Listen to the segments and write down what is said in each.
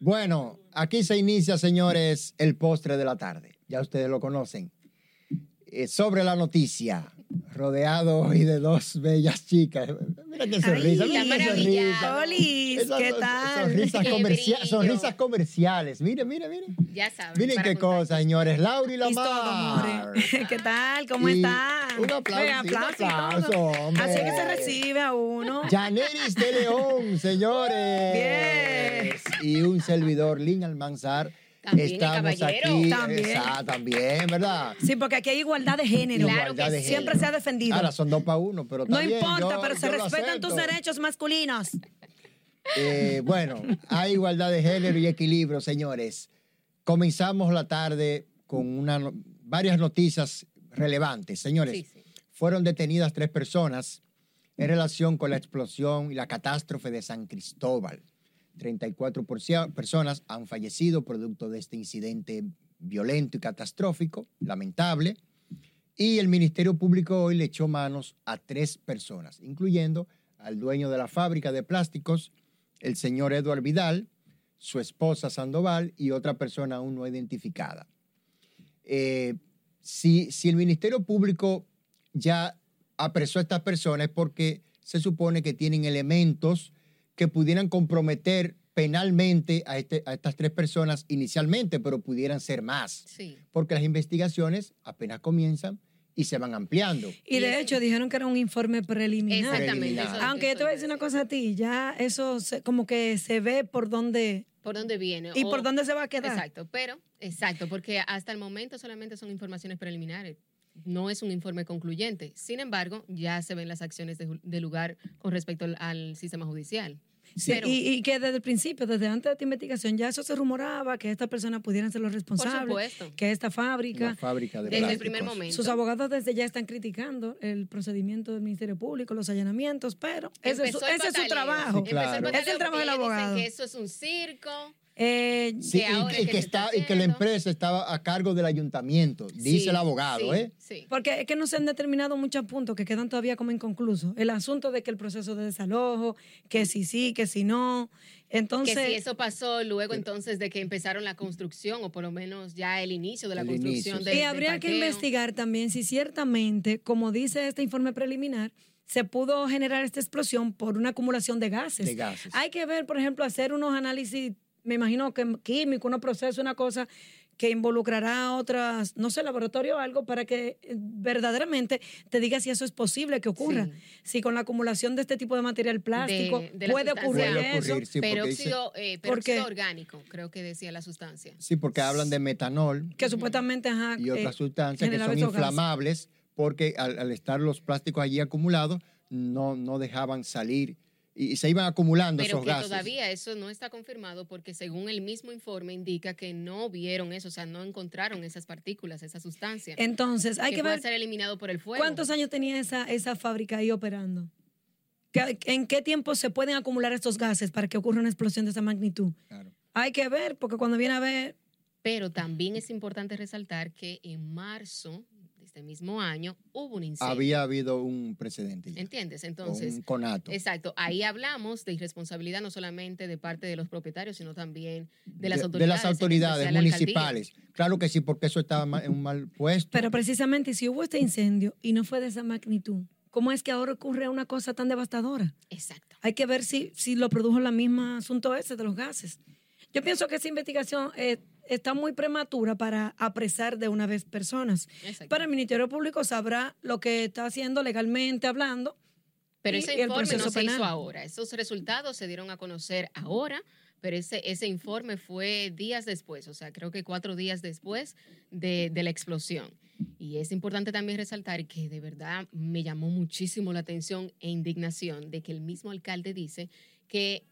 Bueno, aquí se inicia, señores, el postre de la tarde. Ya ustedes lo conocen. Eh, sobre la noticia, rodeado hoy de dos bellas chicas. Mira qué sonrisa, mira qué sonrisa. Olis, Esas ¿qué son- tal? Sonrisas, Qué comercia- brillo. sonrisas comerciales. Miren, miren, miren. Ya saben. Miren para qué contar. cosa, señores. Laura y Y todo, Lamar. amores. ¿Qué tal? ¿Cómo Y están? un aplauso, Oiga, un y aplauso, todo. hombre. Así es que se recibe a uno. Janeris de León, señores. Y un servidor, Lin Almanzar. También el Estamos caballero. aquí. También. Esa, también, ¿verdad? Sí, porque aquí hay igualdad de género. Claro Igualdad que de sí. Siempre género. se ha defendido. Ahora son dos para uno, pero No también importa, yo- pero se yo lo respetan tus acepto. derechos masculinos. Eh, bueno, hay igualdad de género y equilibrio, señores. Comenzamos la tarde con una no- varias noticias relevantes, señores. Sí, sí. Fueron detenidas tres personas en relación con la explosión y la catástrofe de San Cristóbal. 34 porcia- personas han fallecido producto de este incidente violento y catastrófico, lamentable. Y el Ministerio Público hoy le echó manos a tres personas, incluyendo al dueño de la fábrica de plásticos, el señor Eduard Vidal, su esposa Sandoval y otra persona aún no identificada. Eh, si, si el Ministerio Público ya apresó a estas personas es porque se supone que tienen elementos que pudieran comprometer penalmente a, este- a estas tres personas inicialmente, pero pudieran ser más, Sí. porque las investigaciones apenas comienzan y se van ampliando. Y de hecho, dijeron que era un informe preliminar. Exactamente. Preliminar. eso es lo Aunque que yo te voy a decir iba una cosa a ti, ya eso se- como que se ve por dónde ¿Por dónde viene? y O- por dónde se va a quedar. Exacto, pero, exacto, porque hasta el momento solamente son informaciones preliminares. No es un informe concluyente. Sin embargo, ya se ven las acciones de, ju- de lugar con respecto al, al sistema judicial. Sí, Pero- y, y que desde el principio, desde antes de esta investigación, ya eso se rumoraba, que estas personas pudieran ser los Por responsables, supuesto. que esta La fábrica. fábrica de Desde el plásticos. primer momento. Sus abogados desde ya están criticando el procedimiento del Ministerio Público, los allanamientos, pero ese, es su, Empezó el ese es su pataleo. trabajo. Empezó el Claro. pataleo Es el trabajo del porque ellos abogado. Dicen que eso es un circo. Eh, Sí, que y, ahora y es que que se está, está y que la haciendo. empresa estaba a cargo del ayuntamiento, dice Sí, el abogado, sí, ¿eh? Sí. Porque es que no se han determinado muchos puntos que quedan todavía como inconclusos. El asunto de que el proceso de desalojo, que si sí, que si no. Entonces, que si eso pasó luego entonces de que empezaron la construcción o por lo menos ya el inicio de la El construcción inicio, del- y del habría que parqueo. investigar también si ciertamente, como dice este informe preliminar, se pudo generar esta explosión por una acumulación de gases. De gases. Hay que ver, por ejemplo, hacer unos análisis, me imagino que químicos, unos procesos, una cosa que involucrará a otras, no sé, laboratorio o algo, para que eh, verdaderamente te diga si eso es posible que ocurra. Sí. Si con la acumulación de este tipo de material plástico de la puede sustancia. ocurrir Puede eso. ocurrir, Sí, porque peróxido, eh, peróxido Porque- orgánico, creo que decía la sustancia. Sí, porque hablan de metanol Que supuestamente, ajá, y otras eh, sustancias que generaba son esos gases. inflamables porque al, al estar los plásticos allí acumulados no, no dejaban salir y, y se iban acumulando Pero esos que gases. todavía eso no está confirmado porque según el mismo informe indica que no vieron eso, o sea, no encontraron esas partículas, esa sustancia. Entonces, Eh, hay que, que pueda ver ser eliminado por el fuego. ¿Cuántos años tenía esa, esa fábrica ahí operando? ¿Qué- ¿En qué tiempo se pueden acumular estos gases para que ocurra una explosión de esa magnitud? Claro. Hay que ver, porque cuando viene a ver, Pero también es importante resaltar que en marzo de este mismo año hubo un incendio. Había habido un precedente, ya, ¿Entiendes? o Entonces, un conato. Exacto, ahí hablamos de irresponsabilidad no solamente de parte de los propietarios, sino también de las de- autoridades. de las en autoridades especial la alcaldía. municipales. Claro que sí, porque eso estaba ma- en un mal puesto. pero precisamente si hubo este incendio y no fue de esa magnitud, ¿cómo es que ahora ocurre una cosa tan devastadora? Exacto. Hay que ver si, si lo produjo la misma asunto ese de los gases. Yo pienso que esa investigación eh, está muy prematura para apresar de una vez personas. exacto. Pero el Ministerio Público sabrá lo que está haciendo legalmente hablando pero y- ese y el informe no proceso se hizo penal. ahora. Esos resultados se dieron a conocer ahora, pero ese, ese informe fue días después, o sea, creo que cuatro días después de, de la explosión. Y es importante también resaltar que de verdad me llamó muchísimo la atención e indignación de que el mismo alcalde dice que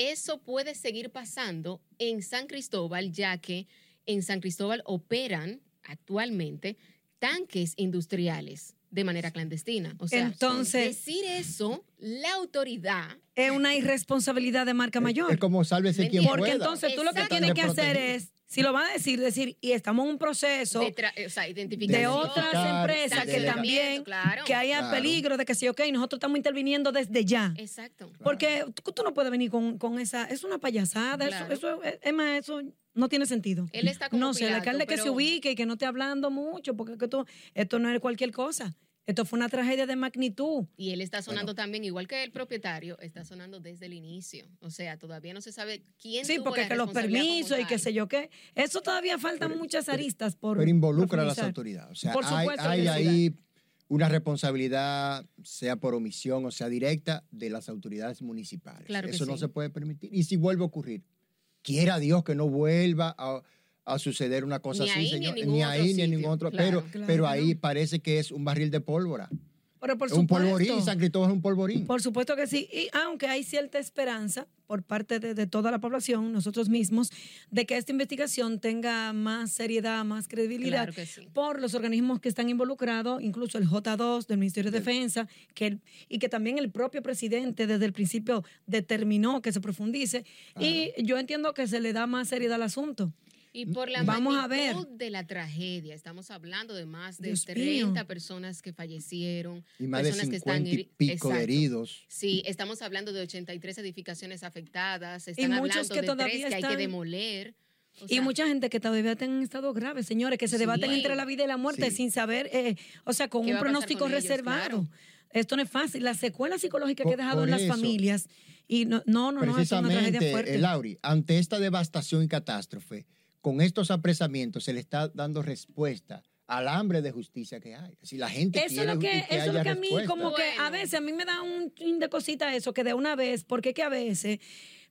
eso puede seguir pasando en San Cristóbal, ya que en San Cristóbal operan actualmente tanques industriales de manera clandestina. O sea, Entonces- decir eso, la autoridad, es una irresponsabilidad de marca Es- mayor. Es eh, como sálvese quien Mentira. Porque pueda. entonces tú lo que Exacto. tienes que Están hacer desprotegidos. es Si lo van a decir, decir, y estamos en un proceso de tra- o sea, identificación. de identificar, otras empresas que de- también, Claro. que haya Claro. peligro de que sí, ok, nosotros estamos interviniendo desde ya. Exacto. Porque tú, tú no puedes venir con, con esa, es una payasada, eso- Claro. eso, eh, es- es más, eso no tiene sentido. Él está como No sé, el Pilato, alcalde que pero se ubique y que no esté hablando mucho, porque es que tú- esto no es cualquier cosa. Esto fue una tragedia de magnitud. Y él está sonando Bueno. también, igual que el propietario, está sonando desde el inicio. O sea, todavía no se sabe quién Sí, tuvo porque la que los responsabilidad permisos y como qué tal. sé yo qué. Eso todavía faltan Pero- muchas pero- aristas por Pero involucra a las profundizar. autoridades. O sea, Por hay, supuesto que hay sí. ahí una responsabilidad, sea por omisión o sea directa, de las autoridades municipales. Claro que Eso no sí. se puede permitir. Y si vuelve a ocurrir, quiera Dios que no vuelva a, a suceder una cosa Ni así, ahí, ni en señor. ningún otro ahí, ni en sitio. ningún otro. Claro, pero claro pero que ahí no. parece que es un barril de pólvora. Pero por Es un supuesto. polvorín, San Cristóbal es un polvorín. Por supuesto que sí, y aunque hay cierta esperanza por parte de, de toda la población, nosotros mismos, de que esta investigación tenga más seriedad, más credibilidad, Claro que sí. por los organismos que están involucrados, incluso el J2 del Ministerio de Del- Defensa, que el- y que también el propio presidente desde el principio determinó que se profundice. Y yo entiendo que se le da más seriedad al asunto. Y por la Vamos a magnitud de la tragedia, estamos hablando de más de Dios 30 mío. personas que fallecieron. y más de personas que 50 y están heri- pico de Exacto. heridos. Sí, estamos hablando de 83 edificaciones afectadas, se Y están muchos hablando que de todavía tres que hay están- que demoler. O y sea, mucha gente que todavía está en estado grave, señores, que se Sí. debaten entre la vida y la muerte Sí. sin saber, eh, o sea, con ¿Qué un va a pasar pronóstico con ellos? reservado. Claro. Esto no es fácil. La secuela psicológica que Por- ha dejado por en las eso. familias. Y no, no, no, no, es una tragedia Precisamente, fuerte. eh, Lauri, ante esta devastación y catástrofe, con estos apresamientos se le está dando respuesta al hambre de justicia que hay. Si la gente Eso es quiere lo que, ju- y que eso es lo haya que a mí, respuesta. como que a Bueno. veces, a mí me da un chin de cosita eso, que de una vez, porque que a veces,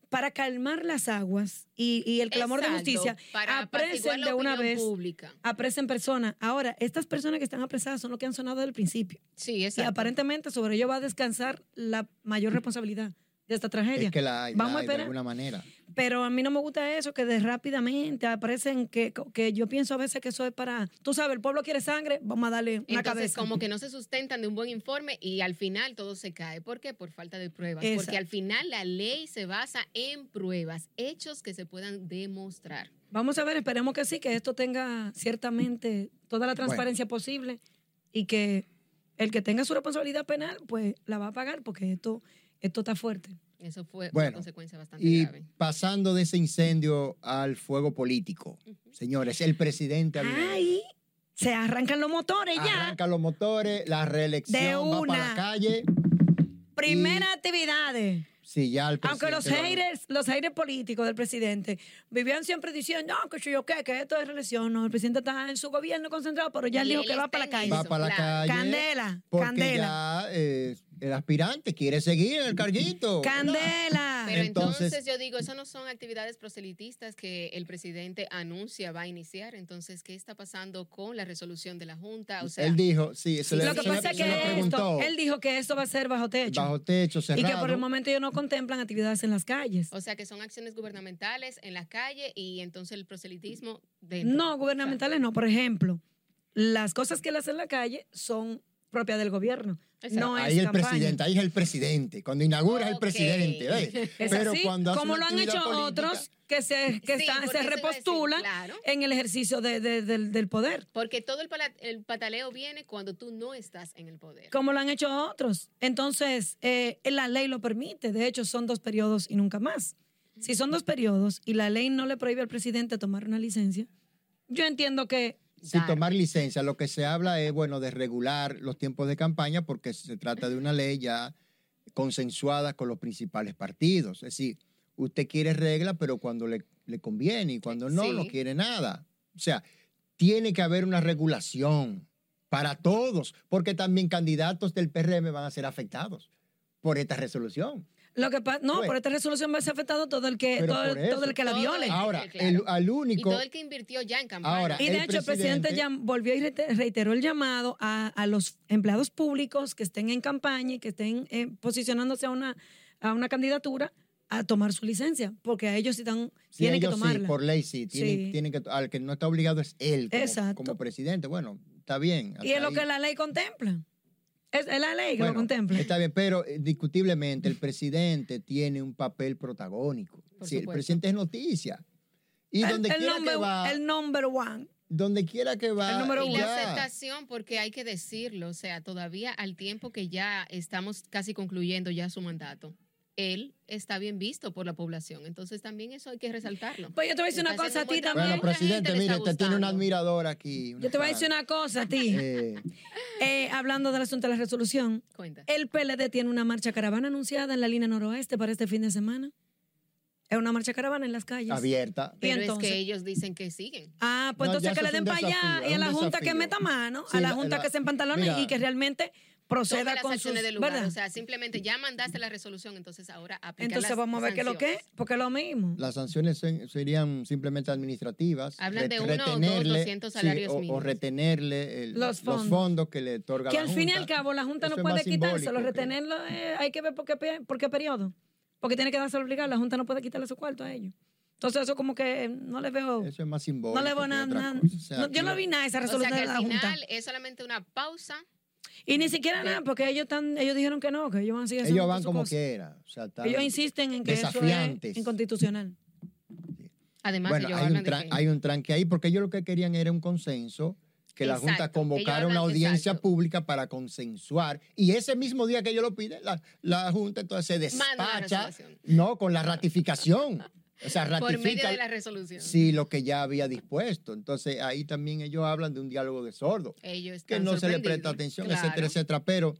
para calmar las aguas y, y el clamor de exacto, justicia, para apaciguar apresen la de una opinión vez, Pública. apresen personas. Ahora, estas personas que están apresadas son los que han sonado desde el principio. Sí, Y exacto. aparentemente sobre ello va a descansar la mayor responsabilidad de esta tragedia. Es que la hay, la Vamos a hay de esperar. alguna manera. Pero a mí no me gusta eso, que de rápidamente aparecen, que, que yo pienso a veces que eso es para, tú sabes, el pueblo quiere sangre, vamos a darle una Entonces, cabeza. como que no se sustentan de un buen informe y al final todo se cae. ¿Por qué? Por falta de pruebas. Exacto. Porque al final la ley se basa en pruebas, hechos que se puedan demostrar. Vamos a ver, esperemos que sí, que esto tenga ciertamente toda la transparencia posible y que el que tenga su responsabilidad penal, pues la va a pagar porque esto, esto está fuerte. Eso fue Bueno, una consecuencia Ah, bastante Y grave. pasando de ese incendio al fuego político, señores, el presidente Abinader Ahí se arrancan los motores ya. arranca los motores, la De reelección va para una. la calle. Primera actividades. Sí, ya el Aunque los presidente lo- haters, los haters políticos del presidente, vivían siempre diciendo, no, que yo qué, que esto es reelección, no, el presidente está en su gobierno concentrado, pero ya Y él dijo él que va está para la en calle. va eso, para la claro. calle. Candela, Porque candela, ya eh, el aspirante quiere seguir en el carguito. candela. Pero entonces, Ah. Entonces- yo digo, eso no son actividades proselitistas que el presidente anuncia va a iniciar. Entonces, ¿qué está pasando con la resolución de la Junta? O sea, él dijo, sí, se le, Lo que se le- pasa es se le que preguntó esto, él dijo que esto va a ser bajo techo bajo techo y cerrado. que por el momento ellos no contemplan actividades en las calles. o sea, que son acciones gubernamentales en la calle y entonces el proselitismo dentro. No, gubernamentales no, por ejemplo, las cosas que él hace en la calle son propias del gobierno. Exacto. No es ahí el campaña. presidente, ahí es el presidente. Cuando inaugura es el Ok. presidente, ¿ves? Es Pero así, cuando hace como una lo han actividad hecho política, otros que se, que están- Sí, se porque eso iba a decir, repostulan claro. en el ejercicio de- de- del, del poder, Porque todo el, pala- el pataleo viene cuando tú no estás en el poder. como lo han hecho otros. Entonces, eh, la ley lo permite. De hecho, son dos periodos y nunca más. Si son dos periodos y la ley no le prohíbe al presidente tomar una licencia, yo entiendo que sin Claro. tomar licencia, lo que se habla es, bueno, de regular los tiempos de campaña porque se trata de una ley ya consensuada con los principales partidos. Es decir, usted quiere regla, pero cuando le, le conviene y cuando no, Sí. no quiere nada. O sea, tiene que haber una regulación para todos, porque también candidatos del PRM van a ser afectados por esta resolución. lo que pasa, no, Pues- por esta resolución va a ser afectado todo el que, Pero todo, por eso. todo el que la Todo viole. el- Ahora, Pues, eh, claro. el, al Y único... todo el que invirtió ya en campaña. Ahora, Y el de hecho, el presidente presidente- llam- volvió y reite- reiteró el llamado a, a los empleados públicos que estén en campaña y que estén eh, posicionándose a una, a una candidatura a tomar su licencia, porque a ellos sí están, Sí, tienen que ellos sí, tomarla. por ley sí. Tienen, Sí. tienen que, al que no está obligado es él como, Exacto. como presidente. Bueno, está bien. y es hasta lo que ahí. la ley contempla. Es, es la ley que Bueno, lo contempla. Está bien, pero eh, discutiblemente el presidente tiene un papel protagónico. Por Sí, el supuesto. presidente es noticia. Y El- donde el quiera que number- va, El number one. donde quiera que va, el número y uno. la ya. aceptación, porque hay que decirlo, o sea, todavía al tiempo que ya estamos casi concluyendo ya su mandato, él está bien visto por la población. Entonces también eso hay que resaltarlo. Pues yo te voy a decir una Entonces, cosa a ti como también. Bueno, mucha presidente, gente le está mire, usted tiene un gustando. admirador aquí. Yo te voy a decir una cosa a ti. Eh, Eh, hablando del asunto de la resolución, Cuenta. el PLD tiene una marcha caravana anunciada en la línea noroeste para este fin de semana. Es una marcha caravana en las calles. abierta. y Pero es entonces- que ellos dicen que siguen. Ah, pues No, ya entonces que eso le es un den para allá desafío, y a es la un Junta desafío. que meta mano, Sí, a la la- Junta la- que se empantalone mira. y que realmente Tome proceda las con sus... acciones del lugar. ¿verdad? O sea, simplemente ya mandaste la resolución, entonces ahora aplica entonces las vamos a ver qué es lo que es, sanciones. porque es lo mismo. Las sanciones sen- serían simplemente administrativas. Hablan de re- uno o dos, retenerle, 200 salarios o- o, mínimos. retenerle el- Los los, fondos. fondos. que le otorga Que la al fin y Junta. al cabo la Junta Eso no es más puede quitárselo, simbólico que- retenerlo, eh, hay que ver por qué, pe- por qué periodo. Porque tiene que darse obligado, la Junta no puede quitarle su cuarto a ellos. Entonces eso como que eh, no les veo... Eso es más simbólico. No le veo que nada. otra nada. cosa. O sea, No, aquí yo no lo- vi nada de esa O sea resolución que de al la Junta. final es solamente una pausa. Y ni siquiera nada, porque ellos están, ellos dijeron que no, que ellos van a seguir haciendo Ellos van su como cosa. quiera. O sea, están- Ellos insisten en que eso es desafiantes. inconstitucional. Además, Bueno, ellos hay un, hablan de tran- que- hay un tranque ahí, porque ellos lo que querían era un consenso, que la Junta Exacto, ellos convocara hablan- una audiencia exacto. pública para consensuar. Y ese mismo día que ellos lo piden, la, la Junta entonces se Manda la despacha, resolución. no, con la ratificación. O sea, por medio ratifica de la resolución. sí, lo que ya había dispuesto. Entonces ahí también ellos hablan de un diálogo de sordos Ellos que están no se le presta sorprendidos, atención, claro, etcétera, etcétera. Pero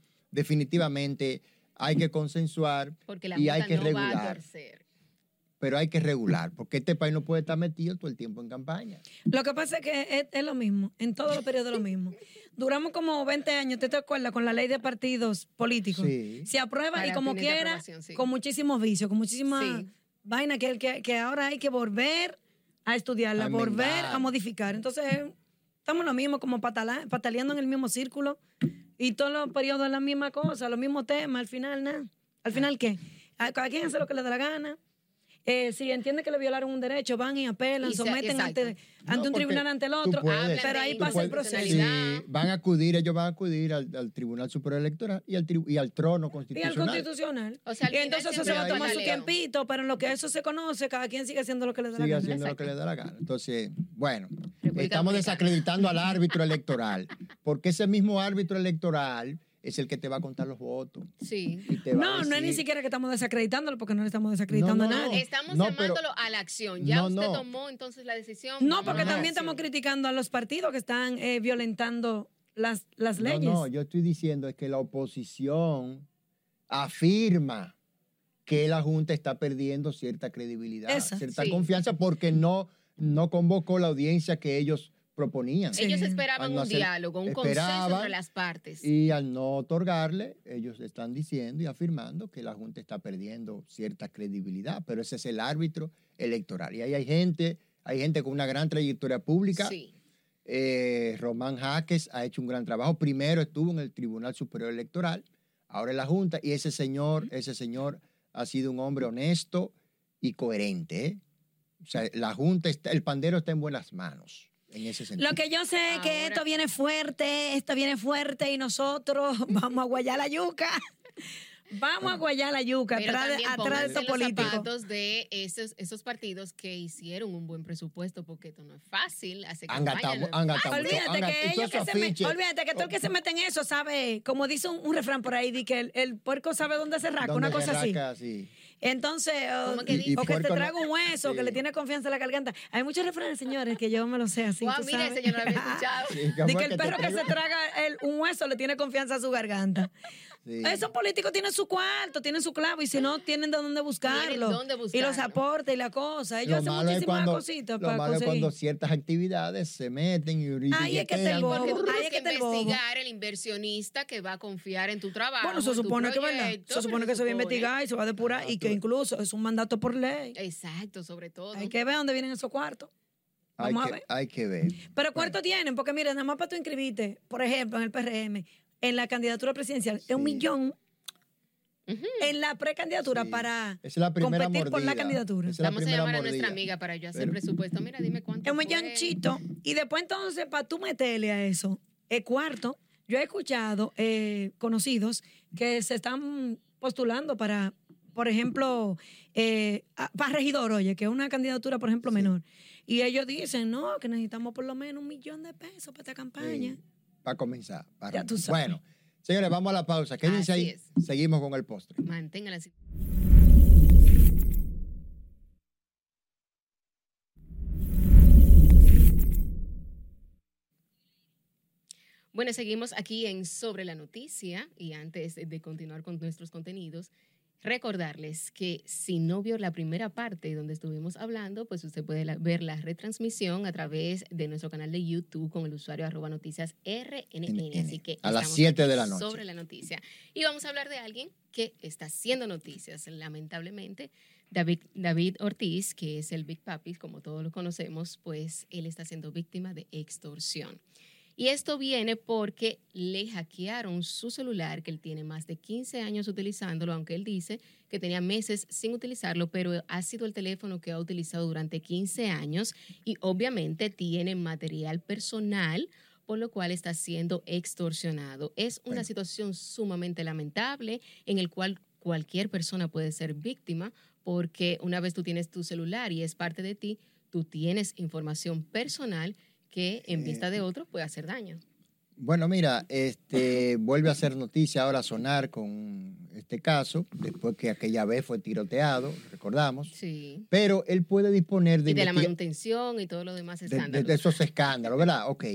definitivamente hay que consensuar, Porque la y Junta hay que no va a regular. torcer. pero hay que regular, porque este país no puede estar metido todo el tiempo en campaña. Lo que pasa es que es, es lo mismo, en todos los periodos lo mismo. Duramos como 20 años, ¿te te acuerdas? Con la ley de partidos políticos. Sí. Se aprueba y Para como fines de quiera, aprobación, sí. con muchísimos vicios, con muchísimas Sí. vainas que, que, que ahora hay que volver a estudiarla, A enmendar. volver a modificar. Entonces, eh, estamos lo mismo, como patala- pataleando en el mismo círculo y todos los periodos es la misma cosa, los mismos temas, al final nada. ¿Al final qué? A cada quien hace lo que le da la gana. Eh, si entiende que le violaron un derecho, van y apelan, Y se- someten exacto. ante, No, ante un porque tribunal, ante el tú otro, puedes, Hablan pero de ahí tú pasa puedes- el proceso. sí, Constitucionalidad. van a acudir, ellos van a acudir al, al Tribunal Superior Electoral y al, tri- y al trono Y al constitucional. constitucional. O sea, al y entonces final eso se siempre va a hay tomar su pataleo. tiempito, pero en lo que eso se conoce, cada quien sigue haciendo lo que le da la Sigue gana. haciendo lo Exacto. que le da la gana. Entonces, bueno, República estamos Dominicana. desacreditando al árbitro electoral, porque ese mismo árbitro electoral es el que te va a contar los votos. Sí. y te va a No, no es ni decir- siquiera que estamos desacreditándolo porque no le estamos desacreditando No, a no, nadie. Estamos No, pero- llamándolo a la acción. Ya No, usted no. tomó entonces la decisión. No, vamos porque a la también acción. estamos criticando a los partidos que están eh, violentando las, las No, leyes. No, yo estoy diciendo es que la oposición afirma que la Junta está perdiendo cierta credibilidad, Esa, cierta sí. confianza, porque no, no convocó la audiencia que ellos proponían. Sí. Ellos esperaban Al un no hacer- diálogo, un consenso esperaban entre las partes. Y al no otorgarle, ellos están diciendo y afirmando que la Junta está perdiendo cierta credibilidad, pero ese es el árbitro electoral. Y ahí hay gente, hay gente con una gran trayectoria pública. Sí. Eh, Román Jaques ha hecho un gran trabajo. Primero estuvo en el Tribunal Superior Electoral, ahora en la Junta, y ese señor, ese señor ha sido un hombre honesto y coherente. ¿eh? O sea, la Junta está, el pandero está en buenas manos, en ese sentido. Lo que yo sé es que Ahora- esto viene fuerte, esto viene fuerte y nosotros vamos a guayar la yuca. Vamos a guayar la yuca Pero atrás de, también atrás de pónganse estos en los políticos. zapatos de esos, esos partidos que hicieron un buen presupuesto, porque esto no es fácil. Hacer Han gastado- campaña, no es han gastado fácil. mucho. Olvídate Hagan que, ellos que esos se me- afiches. olvídate que todo el que se mete en eso sabe, como dice un, un refrán por ahí, di que el, el puerco sabe dónde se rasca, ¿Dónde una cosa se así. rasca? Sí. Entonces, o- ¿Cómo que Y- dice? y o que te puerco no- traga un hueso, que Sí. le tiene confianza en la garganta. Hay muchos refranes, señores, que yo me lo sé así. Guau, tú mire, sabes. señor, no lo había escuchado. Sí, Di amor, que el te perro que traigo- se traga el- un hueso le tiene confianza a su garganta. Sí. Esos políticos tienen su cuarto, tienen su clavo, y si no, tienen de dónde buscarlo. dónde y los buscarlo. aportes y la cosa. Ellos hacen malo es muchísimas cuando- cositas lo para malo es conseguir. cuando ciertas actividades se meten y Ahí es que te orilletean. bobo. Porque tú Ahí es tienes que que está el bobo. investigar el inversionista que va a confiar en tu trabajo. Bueno, se en Ah, tu supone que ¿verdad? proyecto, Se supone pero que se va a supone. investigar y se va a depurar, y que incluso es un mandato por ley. Exacto, sobre todo. Hay que ver dónde vienen esos cuartos. Hay Vamos a que- ver. Hay que ver. Pero cuarto tienen, porque mira, nada más para tú inscribirte, por ejemplo, en el PRM, en la candidatura presidencial, es un Sí. millón. En la precandidatura Sí. para Esa es la primera competir por la mordida. candidatura. Esa es la Vamos a primera llamar a nuestra mordida. amiga para yo hacer Pero- presupuesto. Mira, dime cuánto. Es un fue. millonchito. Y después entonces, para tú meterle a eso, el cuarto, yo he escuchado eh, conocidos que se están postulando para por ejemplo, eh, a- para regidor, oye, que es una candidatura, por ejemplo, menor. Y ellos dicen, no, que necesitamos por lo menos un millón de pesos para esta campaña. Para comenzar. pa' Ya tú arrancar. sabes. Bueno, señores, vamos a la pausa. Quédense Así ahí. es. Seguimos con el postre. Manténgala así. Bueno, seguimos aquí en Sobre la Noticia y antes de continuar con nuestros contenidos, recordarles que si no vio la primera parte donde estuvimos hablando, pues usted puede la- ver la retransmisión a través de nuestro canal de YouTube con el usuario arroba noticias RNN. Así que A las estamos 7 aquí de la noche. Sobre la noticia. Y vamos a hablar de alguien que está haciendo noticias, lamentablemente. David, David Ortiz, que es el Big Papi, como todos lo conocemos, pues él está siendo víctima de extorsión. Y esto viene porque le hackearon su celular, que él tiene más de 15 años utilizándolo, aunque él dice que tenía meses sin utilizarlo, pero ha sido el teléfono que ha utilizado durante 15 años y obviamente tiene material personal, por lo cual está siendo extorsionado. Es una Bueno. situación sumamente lamentable en el cual cualquier persona puede ser víctima porque una vez tú tienes tu celular y es parte de ti, tú tienes información personal que en Eh, vista de otros puede hacer daño. Bueno, mira, este vuelve a ser noticia ahora a sonar con este caso, después que aquella vez fue tiroteado, recordamos. Sí. Pero él puede disponer de, Y de la investiga- manutención y todo lo demás de- de- de escándalos. esos escándalos, ¿verdad? Ok.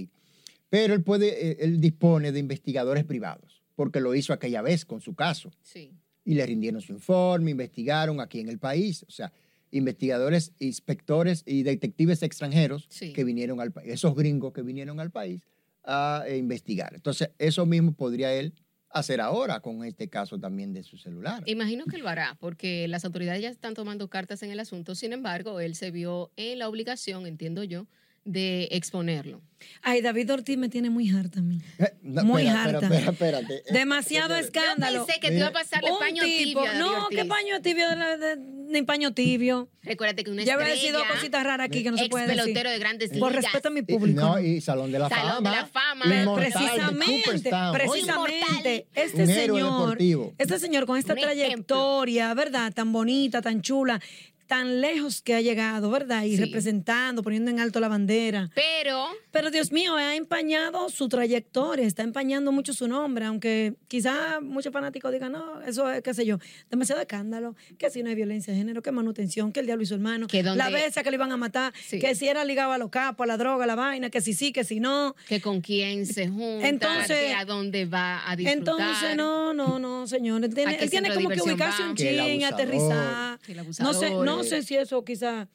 Pero él puede, eh, él dispone de investigadores privados, porque lo hizo aquella vez con su caso. Sí. Y le rindieron su informe, investigaron aquí en el país. O sea, investigadores, inspectores y detectives extranjeros Sí. que vinieron al país, esos gringos que vinieron al país a eh, investigar. Entonces, eso mismo podría él hacer ahora con este caso también de su celular. Imagino que lo hará, porque las autoridades ya están tomando cartas en el asunto. Sin embargo, él se vio en la obligación, entiendo yo, de exponerlo. Ay, David Ortiz me tiene muy harta a mí. Eh, no, Muy espera, espera, harta. espera, espérate. Eh, Demasiado señores, escándalo. Pensé que te iba a pasarle Un paño tipo- tibio. a David no, Ortiz. ¿qué paño tibio? de la- de- ni paño tibio. Recuérdate que una ya estrella, habrá sido cositas raras aquí que no se ex puede decir. pelotero de grandes ligas. Por respeto a mi eh, público. no, y Salón de la Salón Fama. de la Fama. Pre- inmortal de precisamente, Cooperstown. precisamente, Inmortal. este Un héroe señor, deportivo. este señor con esta Un trayectoria, ¿verdad? Tan bonita, tan chula, tan lejos que ha llegado, ¿verdad? Y Sí. representando, poniendo en alto la bandera. Pero Pero Dios mío, ha empañado su trayectoria, está empañando mucho su nombre, aunque quizá muchos fanáticos digan, no, eso es, qué sé yo, demasiado escándalo, que si no hay violencia de género, que manutención, que el diablo y su hermano, Que donde- la besa que le iban a matar, Sí. que si era ligado a los capos, a la droga, a la vaina, que si sí, que si no. que con quién se junta, Entonces- que a dónde va a disfrutar. Entonces, no, no, no, señor. Él tiene, ¿A qué él tiene centro de como que diversión ubicarse va? un Que el chin, abusador. aterrizar. Que el No sé, abusador, no eh. sé si eso quizá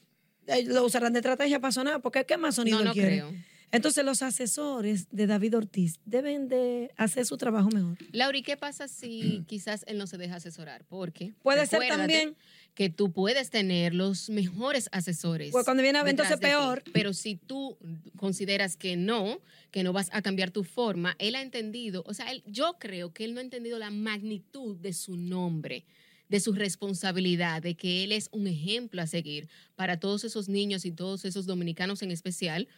eh, lo usarán de estrategia para sonar, porque ¿qué más sonido No, él no quiere? creo. Entonces los asesores de David Ortiz deben de hacer su trabajo mejor. Lauri, ¿qué pasa si quizás él no se deja asesorar? Porque Puede ser recuérdate también, que tú puedes tener los mejores asesores. pues cuando viene a ver, detrás entonces de ti. peor. Pero si tú consideras que no, que no vas a cambiar tu forma, él ha entendido, o sea, él- yo creo que él no ha entendido la magnitud de su nombre, de su responsabilidad, de que él es un ejemplo a seguir para todos esos niños y todos esos dominicanos en especial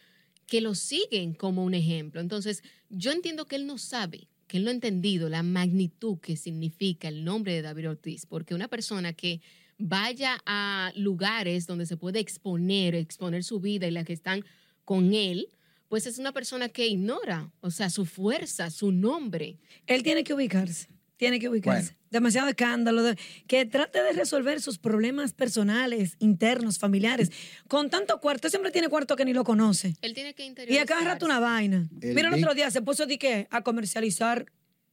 que lo siguen como un ejemplo. Entonces, yo entiendo que él no sabe, que él no ha entendido la magnitud que significa el nombre de David Ortiz, porque una persona que vaya a lugares donde se puede exponer, exponer su vida y las que están con él, pues es una persona que ignora, o sea, su fuerza, su nombre. Él tiene que ubicarse, tiene que ubicarse. Bueno. Demasiado escándalo. de- que trate de resolver sus problemas personales, internos, familiares. Con tanto cuarto, él siempre tiene cuarto que ni lo conoce. Él tiene que interiorizar. Y a cada rato una vaina. El Mira, el big- otro día se puso de qué? A comercializar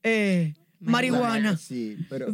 eh, marihuana. Sí, pero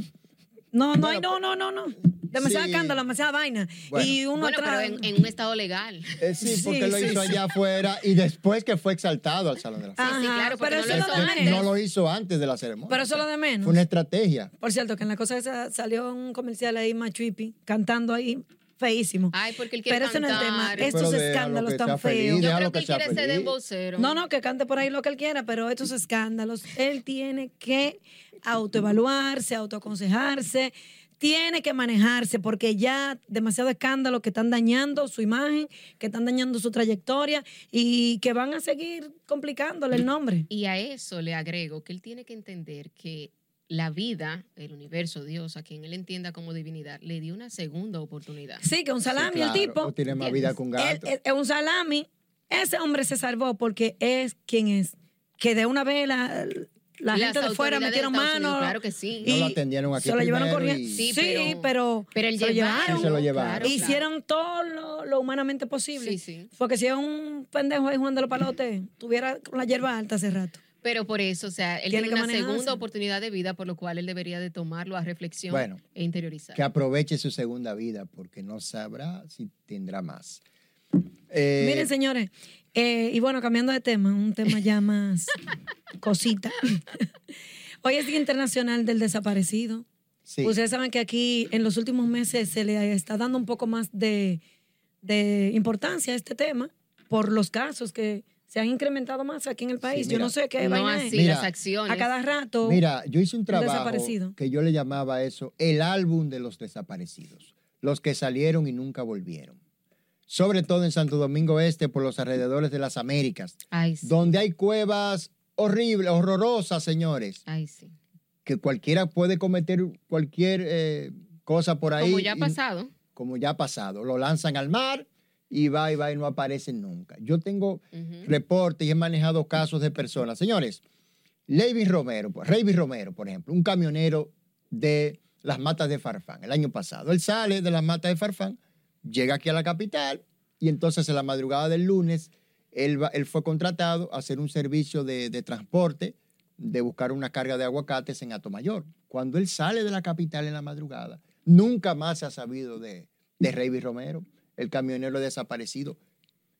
No, no, hay- Bueno, no, no, no, no. Demasiado sí. escándalo, demasiada vaina. Bueno. Y uno bueno, pero atrás- en, en un estado legal. eh, sí, porque Sí, lo sí, hizo sí. allá afuera y después que fue exaltado al Salón de la Fama. Ajá, sí, claro, porque pero no eso lo es Esto lo hizo de antes. menos. no lo hizo antes de la ceremonia. Pero eso es lo de menos. Fue una estrategia. Por cierto, que en la cosa esa salió un comercial ahí, Machuipi, cantando ahí, feísimo. Ay, porque él quiere Pero ese no es el tema. cantar. Es- Estos Pero déjalo escándalos que tan sea feliz, feos. Yo déjalo creo Pues, que que él sea quiere ser feliz. embocero. No, no, que cante por ahí lo que él quiera, pero estos escándalos, él tiene que autoevaluarse, autoaconsejarse, tiene que manejarse, porque ya demasiado escándalo que están dañando su imagen, que están dañando su trayectoria y que van a seguir complicándole el nombre. Y a eso le agrego que él tiene que entender que la vida, el universo, Dios, a quien él entienda como divinidad, le dio una segunda oportunidad. Sí, que un salami claro, el tipo. o tiene más vida que un gato. él- él- un salami. Ese hombre se salvó porque es quien es. Que de una vez la, la Las gente de fuera autoridades de metieron Estados Unidos, mano. claro que sí. No lo atendieron aquí Se lo llevaron primero corriendo. y- Sí, Sí, pero, pero- Pero el se lo llevaron. E Sí, se lo llevaron. claro, claro. Hicieron todo lo, lo humanamente posible. Sí, sí. Porque si es un pendejo ahí Juan de los Palotes, tuviera con la hierba alta hace rato. Pero por eso, o sea, él Tiene tiene, que una manejarse. segunda oportunidad de vida, por lo cual él debería de tomarlo a reflexión Bueno, e interiorizar. que aproveche su segunda vida porque no sabrá si tendrá más. Eh, Miren, señores, eh, y bueno, cambiando de tema, un tema ya más cosita. Hoy es Día Internacional del Desaparecido. sí, Ustedes saben que aquí en los últimos meses se le está dando un poco más de, de importancia a este tema por los casos que se han incrementado más aquí en el país. Yo mira, no sé qué no vaina es. así Mira, las acciones. A cada rato. mira, yo hice un trabajo desaparecido. que yo le llamaba a eso el álbum de los desaparecidos, los que salieron y nunca volvieron. Sobre todo en Santo Domingo Este, por los alrededores de las Américas, Ay, sí. donde hay cuevas horribles, horrorosas, señores, Ay, sí. que cualquiera puede cometer cualquier eh, cosa por ahí. Como ya ha y- pasado. como ya ha pasado. Lo lanzan al mar y va y va y no aparecen nunca. Yo tengo Ujú. reportes y he manejado casos de personas. Señores, Levis Romero, Ravis Romero, por ejemplo, un camionero de las matas de Farfán el año pasado. Él sale de las matas de Farfán, llega aquí a la capital y entonces en la madrugada del lunes él, va- él fue contratado a hacer un servicio de, de transporte de buscar una carga de aguacates en Atomayor. Cuando él sale de la capital en la madrugada, nunca más se ha sabido de, de Ravis Romero, el camionero desaparecido.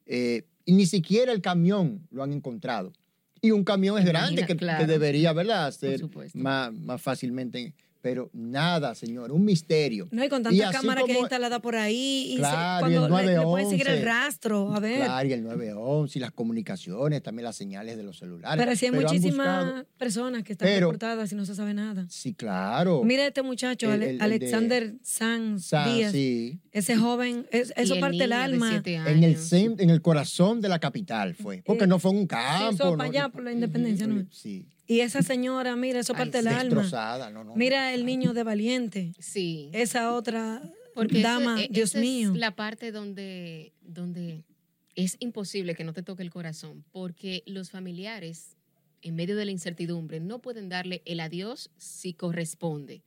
Eh, y ni siquiera el camión lo han encontrado. Y un camión es Imagina, grande que, que claro. debería, ¿verdad?, ser supuesto. más, más fácilmente. Pero nada, señor, un misterio. No, y con Y tanta así cámara que hay como- instalada por ahí, y se- Claro, y el cuando le, le pueden seguir el 911. rastro, a ver. Claro, y el 911 y las comunicaciones, también las señales de los celulares. Pero si hay han buscado- muchísimas personas que están Pero- reportadas y no se sabe nada. Sí, claro. Mira este muchacho, El- Ale- el- el de- Alexander Sanz San, Díaz. sí. Ese joven, es- eso Y el parte el niño de alma. siete En el, años. cen- en el corazón de la capital fue. Porque Eh, no fue en un Sí, campo. eso no- para allá, por la independencia. ¿no? Sí. Y esa señora, mira, eso Ay, parte del sí. alma. Destrozada, no, no. Mira el niño de Valiente. Sí. Esa otra Porque eso- dama, e- Dios esa mío. Es la parte donde, donde es imposible que no te toque el corazón, porque los familiares, en medio de la incertidumbre, no pueden darle el adiós si corresponde.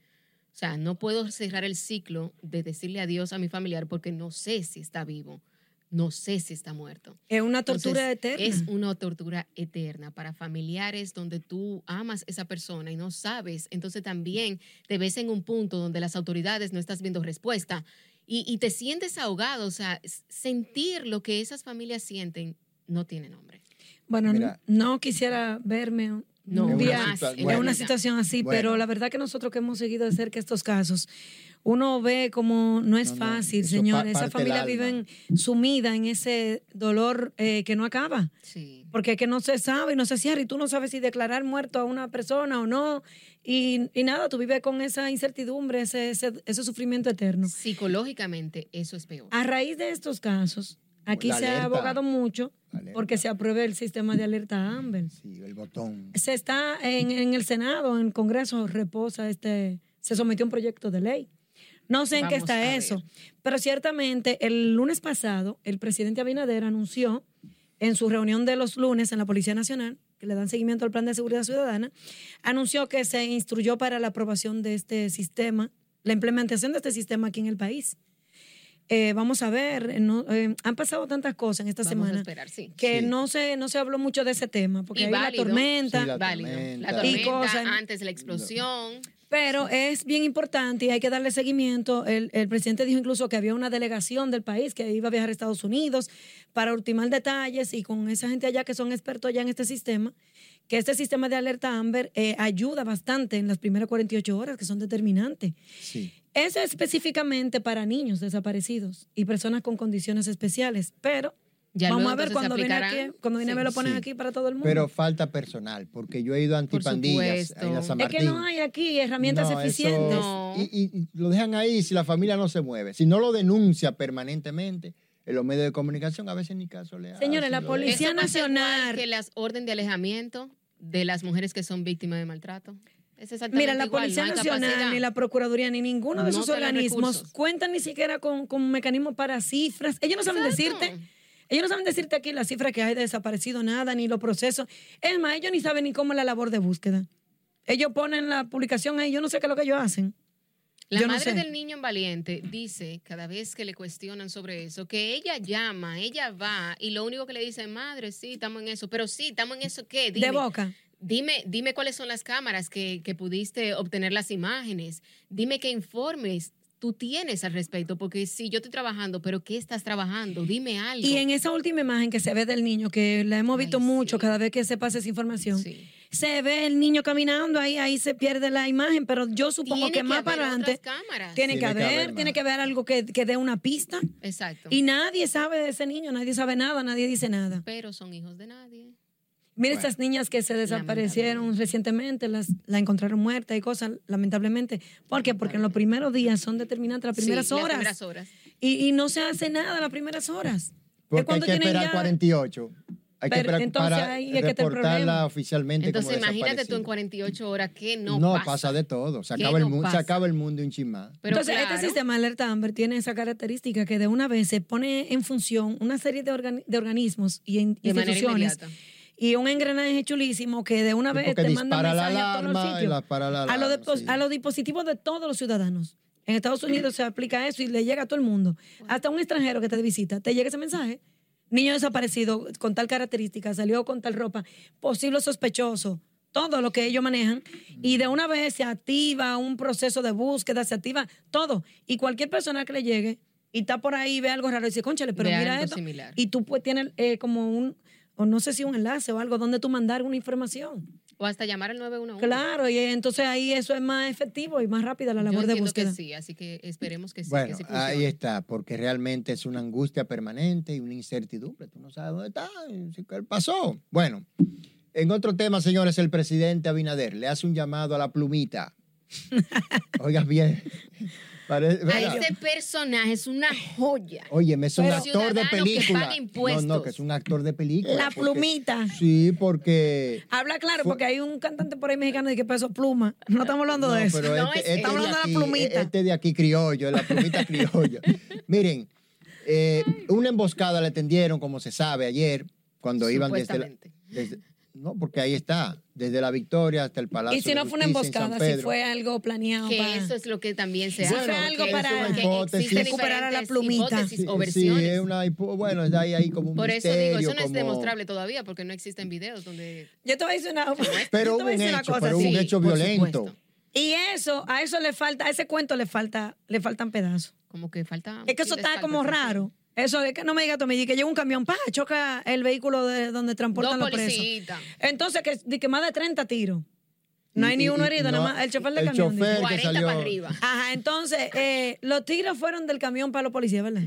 O sea, no puedo cerrar el ciclo de decirle adiós a mi familiar porque no sé si está vivo, no sé si está muerto. Es una tortura Entonces, eterna. Es una tortura eterna para familiares donde tú amas esa persona y no sabes. Entonces también te ves en un punto donde las autoridades no estás viendo respuesta y, y te sientes ahogado. O sea, s- sentir lo que esas familias sienten no tiene nombre. Bueno, Mira. no quisiera verme un No, En un día una más situa- en en Bueno. una vida. situación así, Bueno. pero la verdad que nosotros que hemos seguido de cerca estos casos, uno ve como no es No, no, fácil, eso señores. pa- Esa parte el familia alma. vive sumida en ese dolor eh, que no acaba. Sí. Porque es que no se sabe y no se cierra y tú no sabes si declarar muerto a una persona o no. Y, y nada, tú vives con esa incertidumbre, ese, ese, ese sufrimiento eterno. Psicológicamente eso es peor. A raíz de estos casos, aquí La se ha alerta. abogado mucho Alerta. porque se apruebe el sistema de alerta AMBER. Sí, el botón. Se está en, en el Senado, en el Congreso, reposa este, se sometió un proyecto de ley. No sé en qué Vamos a está ver. eso, pero ciertamente el lunes pasado el presidente Abinader anunció en su reunión de los lunes en la Policía Nacional, que le dan seguimiento al Plan de Seguridad Ciudadana, anunció que se instruyó para la aprobación de este sistema, la implementación de este sistema aquí en el país. Eh, vamos a ver, eh, no, eh, han pasado tantas cosas en esta Vamos a semana esperar, sí. que Sí. no, se, no se habló mucho de ese tema, porque Y hay válido. la tormenta, Sí, la Válido. tormenta. La Y tormenta, cosas- antes la explosión. Pero es bien importante y hay que darle seguimiento. El, el presidente dijo incluso que había una delegación del país que iba a viajar a Estados Unidos para ultimar detalles y con esa gente allá que son expertos ya en este sistema, que este sistema de alerta AMBER eh, ayuda bastante en las primeras 48 horas que son determinantes. Sí. Eso es específicamente para niños desaparecidos y personas con condiciones especiales, pero Ya vamos luego a ver entonces cuando viene aplicarán. aquí, cuando viene a ver lo ponen Sí. aquí para todo el mundo. Pero falta personal, porque yo he ido a antipandillas en la San supuesto. es Martín. que no hay aquí herramientas No, eso- eficientes. No. Y, y- y lo dejan ahí si la familia no se mueve. Si no lo denuncia permanentemente en los medios de comunicación, a veces ni caso le hacen. Señores, la lo policía- dejan. Eso pasa igual Nacional. Que las orden de alejamiento de las mujeres que son víctimas de maltrato. Es exactamente Mira, la igual, no Policía hay Nacional, capacidad. ni la Procuraduría, ni ninguno de No esos te dan organismos recursos. cuentan ni siquiera con, con mecanismos para cifras. Ellos no saben Exacto. decirte. Ellos no saben decirte aquí las cifras que hay de desaparecido, nada, ni los procesos. Es más, ellos ni saben ni cómo es la labor de búsqueda. Ellos ponen la publicación ahí, yo no sé qué es lo que ellos hacen. La Yo no madre sé. del niño en Valiente dice, cada vez que le cuestionan sobre eso, que ella llama, ella va, y lo único que le dice, madre, sí, estamos en eso, pero sí, estamos en eso, ¿qué? Dime, De boca. dime, dime cuáles son las cámaras que, que pudiste obtener las imágenes, dime qué informes tú tienes al respecto, porque sí, yo estoy trabajando, pero ¿qué estás trabajando? Dime algo. Y en esa última imagen que se ve del niño, que la hemos Ay, visto mucho sí. cada vez que se pasa esa información, Sí. se ve el niño caminando ahí, ahí se pierde la imagen, pero yo supongo Tiene que, más haber para adelante otras cámaras. tiene que haber, más. tiene que haber algo que, que dé una pista. Exacto. Y nadie sabe de ese niño, nadie sabe nada, nadie dice nada. pero son hijos de nadie. Mira Bueno. estas niñas que se desaparecieron Lamentablemente. recientemente, las la encontraron muerta y cosas, lamentablemente. ¿Por qué? Porque en los primeros días son determinantes las primeras Sí, horas. Las primeras horas. Y, y no se hace nada las primeras horas. Es Porque hay cuando que tienen esperar ya- 48. Hay que Pero esperar entonces para ahí es que está el reportarla problema. oficialmente Entonces como imagínate tú en desaparecida. 48 horas que no, no pasa. de todo. Se ¿Qué acaba, el no mu- se pasa? acaba el mundo y un chin más. Pero Entonces, claro, este sistema de alerta Amber tiene esa característica que de una vez se pone en función una serie de, organi- de organismos y en- de manera instituciones inmediata. y un engranaje chulísimo que de una vez Porque te manda dispara la mensaje a todos los alarma, y sitios. la- para la a, los alarma, depos- sí. a los dispositivos de todos los ciudadanos. En Estados Unidos se aplica eso y le llega a todo el mundo. Hasta un extranjero que te visita, te llega ese mensaje. Niño desaparecido con tal característica, salió con tal ropa, posible sospechoso, todo lo que ellos manejan. Y de una vez se activa un proceso de búsqueda, se activa todo. Y cualquier persona que le llegue y está por ahí, ve algo raro y dice, conchale, pero Ve mira algo esto. similar. Y tú pues, tienes eh, como un, o no sé si un enlace o algo, donde tú mandar una información. O hasta llamar al 911. Claro, y entonces ahí eso es más efectivo y más rápida la Yo labor de entiendo búsqueda. que sí, así que esperemos que sí. que Bueno, sí funcione. ahí está, porque realmente es una angustia permanente y una incertidumbre. Tú no sabes dónde está, y qué pasó. Bueno, en otro tema, señores, el presidente Abinader le hace un llamado a la plumita. Oigan bien. Parece- A ¿verdad? ese personaje es una joya. Óyeme, es un Pero- actor de Ciudadano que película. paga no, impuestos. no, que es un actor de película. La porque- plumita. Sí, porque... Habla claro, Fue- porque hay un cantante por ahí mexicano de que peso pluma. No estamos hablando de eso. pero No, este, es- este Estamos de hablando de la aquí, plumita. Este de aquí criollo, la plumita criolla. Miren, eh, una emboscada le tendieron, como se sabe, ayer, cuando iban desde, la- Supuestamente. desde- No, porque ahí está, desde la Victoria hasta el Palacio Y si de no fue una Justicia en emboscada, San si Pedro. fue algo planeado Que para- eso es lo que también se Sí, hace. fue algo que- para- que Bueno, existen hipótesis. recuperar a la diferentes plumita. Hipótesis Sí, o sí, versiones. es una hipo- bueno, es ahí, ahí como un Por eso digo, misterio, eso no es como- demostrable todavía porque no existen videos donde... Yo te voy a decir una, Pero yo te voy a hubo un decir una hecho, cosa. pero hubo un sí. hecho por violento. supuesto. Y eso, a eso le falta, a ese cuento le falta, le faltan pedazos. Como que falta... Es que eso sí, está falta como sensación. raro. Eso es que no me diga tú, me que llega un camión, pa, choca el vehículo de donde Dos transportan los presos. policías. Entonces, que, di que más de 30 tiros. No Y- hay ni y- uno y herido, no- nada más el chofer del el camión. dice. chofer- que 40 salió- para arriba. Ajá, entonces, eh, los tiros fueron del camión para los policías, ¿verdad?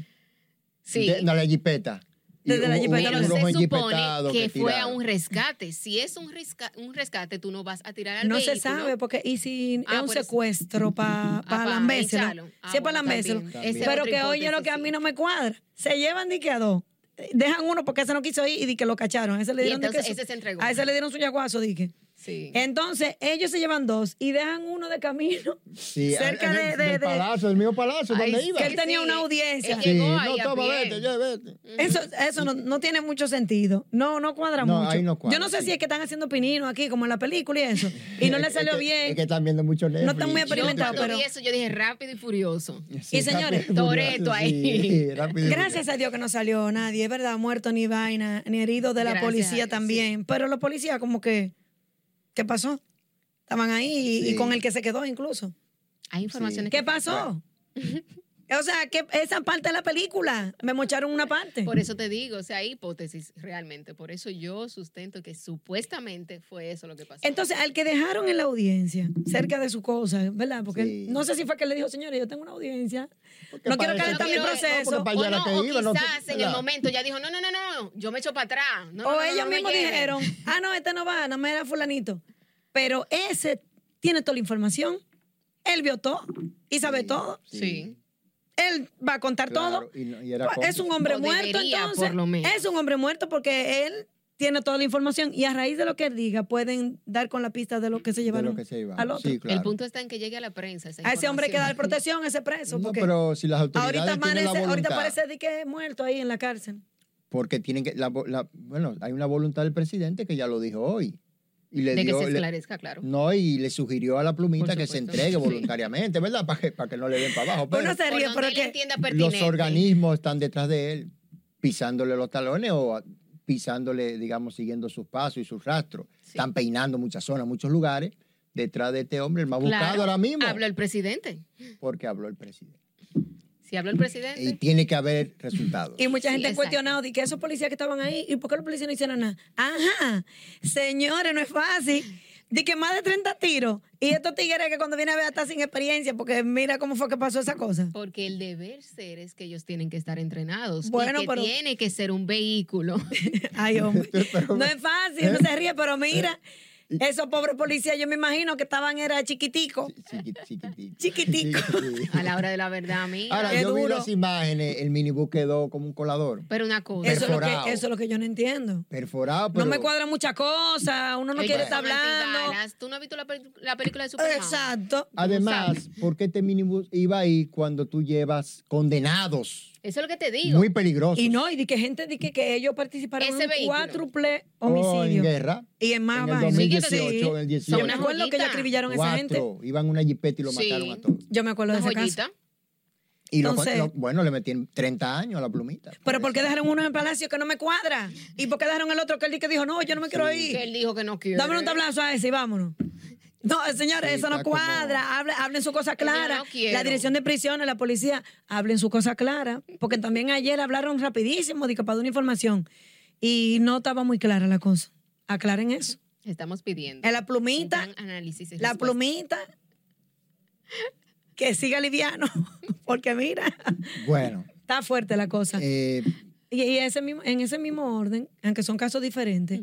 Sí. de, no, la jipeta. Y Desde hubo- la hubo jipeta. un Pero rojo se enjipetado supone que, fue a tiraron. un rescate. Si es un, resca- un rescate, tú no vas a tirar al no se vehículo. sabe, porque y si Ah, es un por eso. secuestro para Ah, pa' lambérselo. hincharlo. Ah, Sí, para bueno, lambérselo. también. También. Esa es Pero otra que oye lo hipótesis, que a sí. mí no me cuadra. Se llevan ni que a dos. Eh, Dejan uno porque ese no quiso ir y di que lo cacharon. A ese le Y dieron, di entonces que su- ese se entregó. a ese le dieron su yaguazo, dije. Sí. Entonces, ellos se llevan dos y dejan uno de camino Sí, cerca a- a- de- de- del de, palacio, del mismo palacio, Ay, donde sí, iba. que él tenía una Él audiencia. Sí, llegó no, ahí a toma, pie. vete, ya, vete. Eso, eso no, no tiene mucho sentido. No, no cuadra No, mucho. ahí no cuadra, Yo no sé sí. si es que están haciendo pinino aquí, como en la película y eso. Y no Es le que- salió es que- bien. Es que están viendo mucho Netflix. están muy experimentados, Yo cuando vi pero- eso, yo dije rápido y furioso. Sí, Y señores, rápido, Toretto ahí. sí, sí, rápido. Gracias a Dios que no salió nadie, es verdad, muerto ni vaina, ni herido de la Gracias a policía Dios, también. Pero los policías como que, ¿qué pasó? Estaban ahí y- y, Sí. con el que se quedó incluso. Hay informaciones ¿Qué pasó? o sea, que esa parte de la película, me mocharon una parte. que... Por eso te digo, o sea, hay hipótesis realmente. Por eso yo sustento que supuestamente fue eso lo que pasó. Entonces, al que dejaron en la audiencia, cerca de su cosa, ¿verdad? Porque Sí. no sé si fue que le dijo, señores, yo tengo una audiencia. Porque no quiero para eso- calentar mi no quiero- proceso. no, porque o allá era no, que o iba, no- quizás en el ¿verdad? momento ya dijo, no, no, no, no, yo me echo para atrás. No, o no, no, ellos no, no me mismos lleven". dijeron, ah, no, este no va, no me era fulanito. Pero ese tiene toda la información, él vio todo y sabe todo, Sí. él va a contar Claro, todo. y no- y era Pues, es un cómplice. hombre O muerto, debería, entonces. por lo menos. Es un hombre muerto porque él tiene toda la información y a raíz de lo que él diga pueden dar con la pista de lo que se de llevaron. lo que se iba. al otro. Sí, claro. El punto está en que llegue a la prensa. esa A ese hombre hay que dar información. protección, a ese preso. No, porque pero si las autoridades ahorita, tienen la amanece- voluntad, ahorita parece de que es muerto ahí en la cárcel. porque tienen que, la, vo- la- bueno, hay una voluntad del presidente que ya lo dijo hoy y le De que dio, se le- esclarezca, claro. no y le sugirió a la plumita Por que se supuesto. entregue Sí. voluntariamente, ¿verdad? Para que, para que no le den para abajo. Bueno, Pero se ríe, Por donde pero él que- entienda los pertinente. organismos están detrás de él, pisándole los talones o a- pisándole, digamos, siguiendo sus pasos y sus rastros. Sí. Están peinando muchas zonas, muchos lugares detrás de este hombre, el más Claro, buscado ahora mismo, Habla el presidente. porque habló el presidente. Si habla el Y presidente, tiene que haber resultados. Y mucha Sí, gente ha exacto. cuestionado de que esos policías que estaban ahí, ¿y por qué los policías no hicieron nada? Ajá, señores, no es fácil. De que más de 30 tiros. Y estos tigres que cuando vienen a ver hasta sin experiencia, porque mira cómo fue que pasó esa cosa. porque el deber ser es que ellos tienen que estar entrenados. Bueno, y que pero- tiene que ser un vehículo. Ay, hombre. Pero- Eh, No es fácil, uno se ríe, pero mira, esos pobres policías, yo me imagino que estaban, era chiquiticos. Chiqui- chiquitito. Chiquitico. Sí. a la hora de la verdad, amiga. Ahora, Qué yo vi duro. las imágenes, el minibús quedó como un colador. pero una cosa. Eso es, lo que, Perforado. eso es lo que yo no entiendo. Perforado, pero... No me cuadran muchas cosas, uno no Oye, quiere son estar hablando. antibalas. ¿Tú no has visto la, pelic- la película de Superman? Exacto. Además, ¿por qué este minibús iba ahí cuando tú llevas condenados? Eso es lo que te digo. Muy peligrosos. Y no, y de que gente de que, que ellos participaron Ese en un vehículo. cuádruple O en homicidio. guerra. y en más en el vaina. 2018, en el Yo me 18. acuerdo que Una ellos acribillaron a esa gente. Cuatro. Iban en una jipeta y lo Sí. mataron a todos. Yo me acuerdo de Una ese caso. joyita. Y lo- Entonces- lo- bueno, le metían 30 años a la plumita. Pero ¿por qué dejaron uno en Palacio que no me cuadra? ¿Y por qué dejaron el otro que él di- que dijo, no, yo no me quiero Que él ir? dijo que no quiere. Dame un tablazo a ese y vámonos. No, eh, señores, Sí, eso no está como- cuadra. Hablen, hablen su cosa Él dijo, clara. "No quiero". la dirección de prisiones, la policía, hablen su cosa clara. Porque también ayer hablaron rapidísimo de que para dar una información. Y no estaba muy clara la cosa. Aclaren eso. Estamos pidiendo. En la un plumita, gran análisis. y la respuesta. plumita. Que siga liviano, porque mira, Bueno, está fuerte la cosa. eh, Y, y ese mismo, en ese mismo orden, aunque son casos diferentes,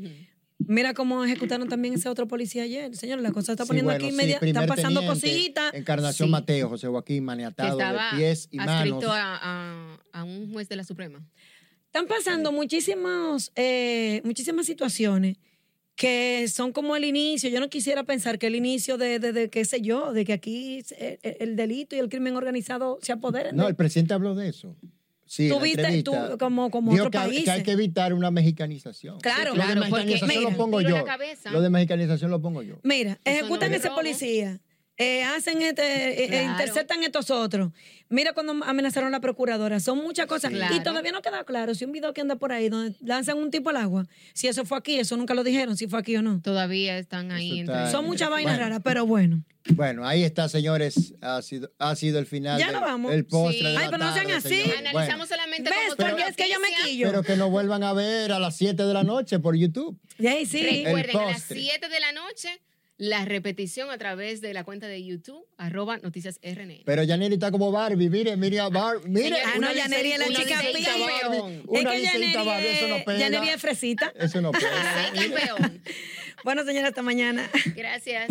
mira cómo ejecutaron también ese otro policía ayer. Señores, la cosa se está sí, poniendo bueno, aquí sí, media, están primer pasando teniente, Eh, cositas. Encarnación Sí. Mateo, José Joaquín, Que maniatado de estaba pies y manos. adscrito a, a- a un juez de la Suprema. Están eh. pasando muchísimos, eh, muchísimas situaciones que son como el inicio. Yo no quisiera pensar que el inicio de, de- de qué sé yo, de que aquí eh, el, delito y el crimen organizado se apoderen. No, de- el presidente habló de eso. Sí, en Tú la viste, entrevista. tú, como- como Dijo otros que, hay- que hay países. que evitar una mexicanización. Claro, Lo de Claro, porque, mexicanización mira, lo pongo tiro en la yo. cabeza. Lo de mexicanización lo pongo yo. Mira, no ejecutan es ese robo. policía, eh, hacen este, eh, eh, Claro. interceptan estos otros. Mira cuando amenazaron a la procuradora, son muchas cosas. Sí. Claro. Y todavía no queda claro si un video que anda por ahí donde lanzan un tipo al agua, si eso fue aquí, eso nunca lo dijeron, si fue aquí o no. Todavía están ahí. Eso entre- está- Son muchas vainas Bueno. raras, pero bueno. Bueno, ahí está, señores. Ha sido, ha sido el final Ya del nos vamos. el postre. Sí. de la Ay, pero no sean tarde, así. señores. Bueno, Analizamos solamente ¿Ves? como Porque es que yo me noticia. quillo. pero que nos vuelvan a ver a las 7 de la noche por YouTube. Y ahí sí. El Recuerden, a las postre. 7 de la noche, la repetición a través de la cuenta de YouTube, arroba noticias RNN. Pero Yaneri está como Barbie. Mire, mire a Barbie. Mire, Ah, Ah, una no, Yaneri es la liceíta chica liceíta pío. Barbie, Es Una que liceíta Barbie, eso no Yaneri es- Yaneri pega. es fresita. Eso no pega. Sí, campeón. Bueno, señora, hasta mañana. Gracias.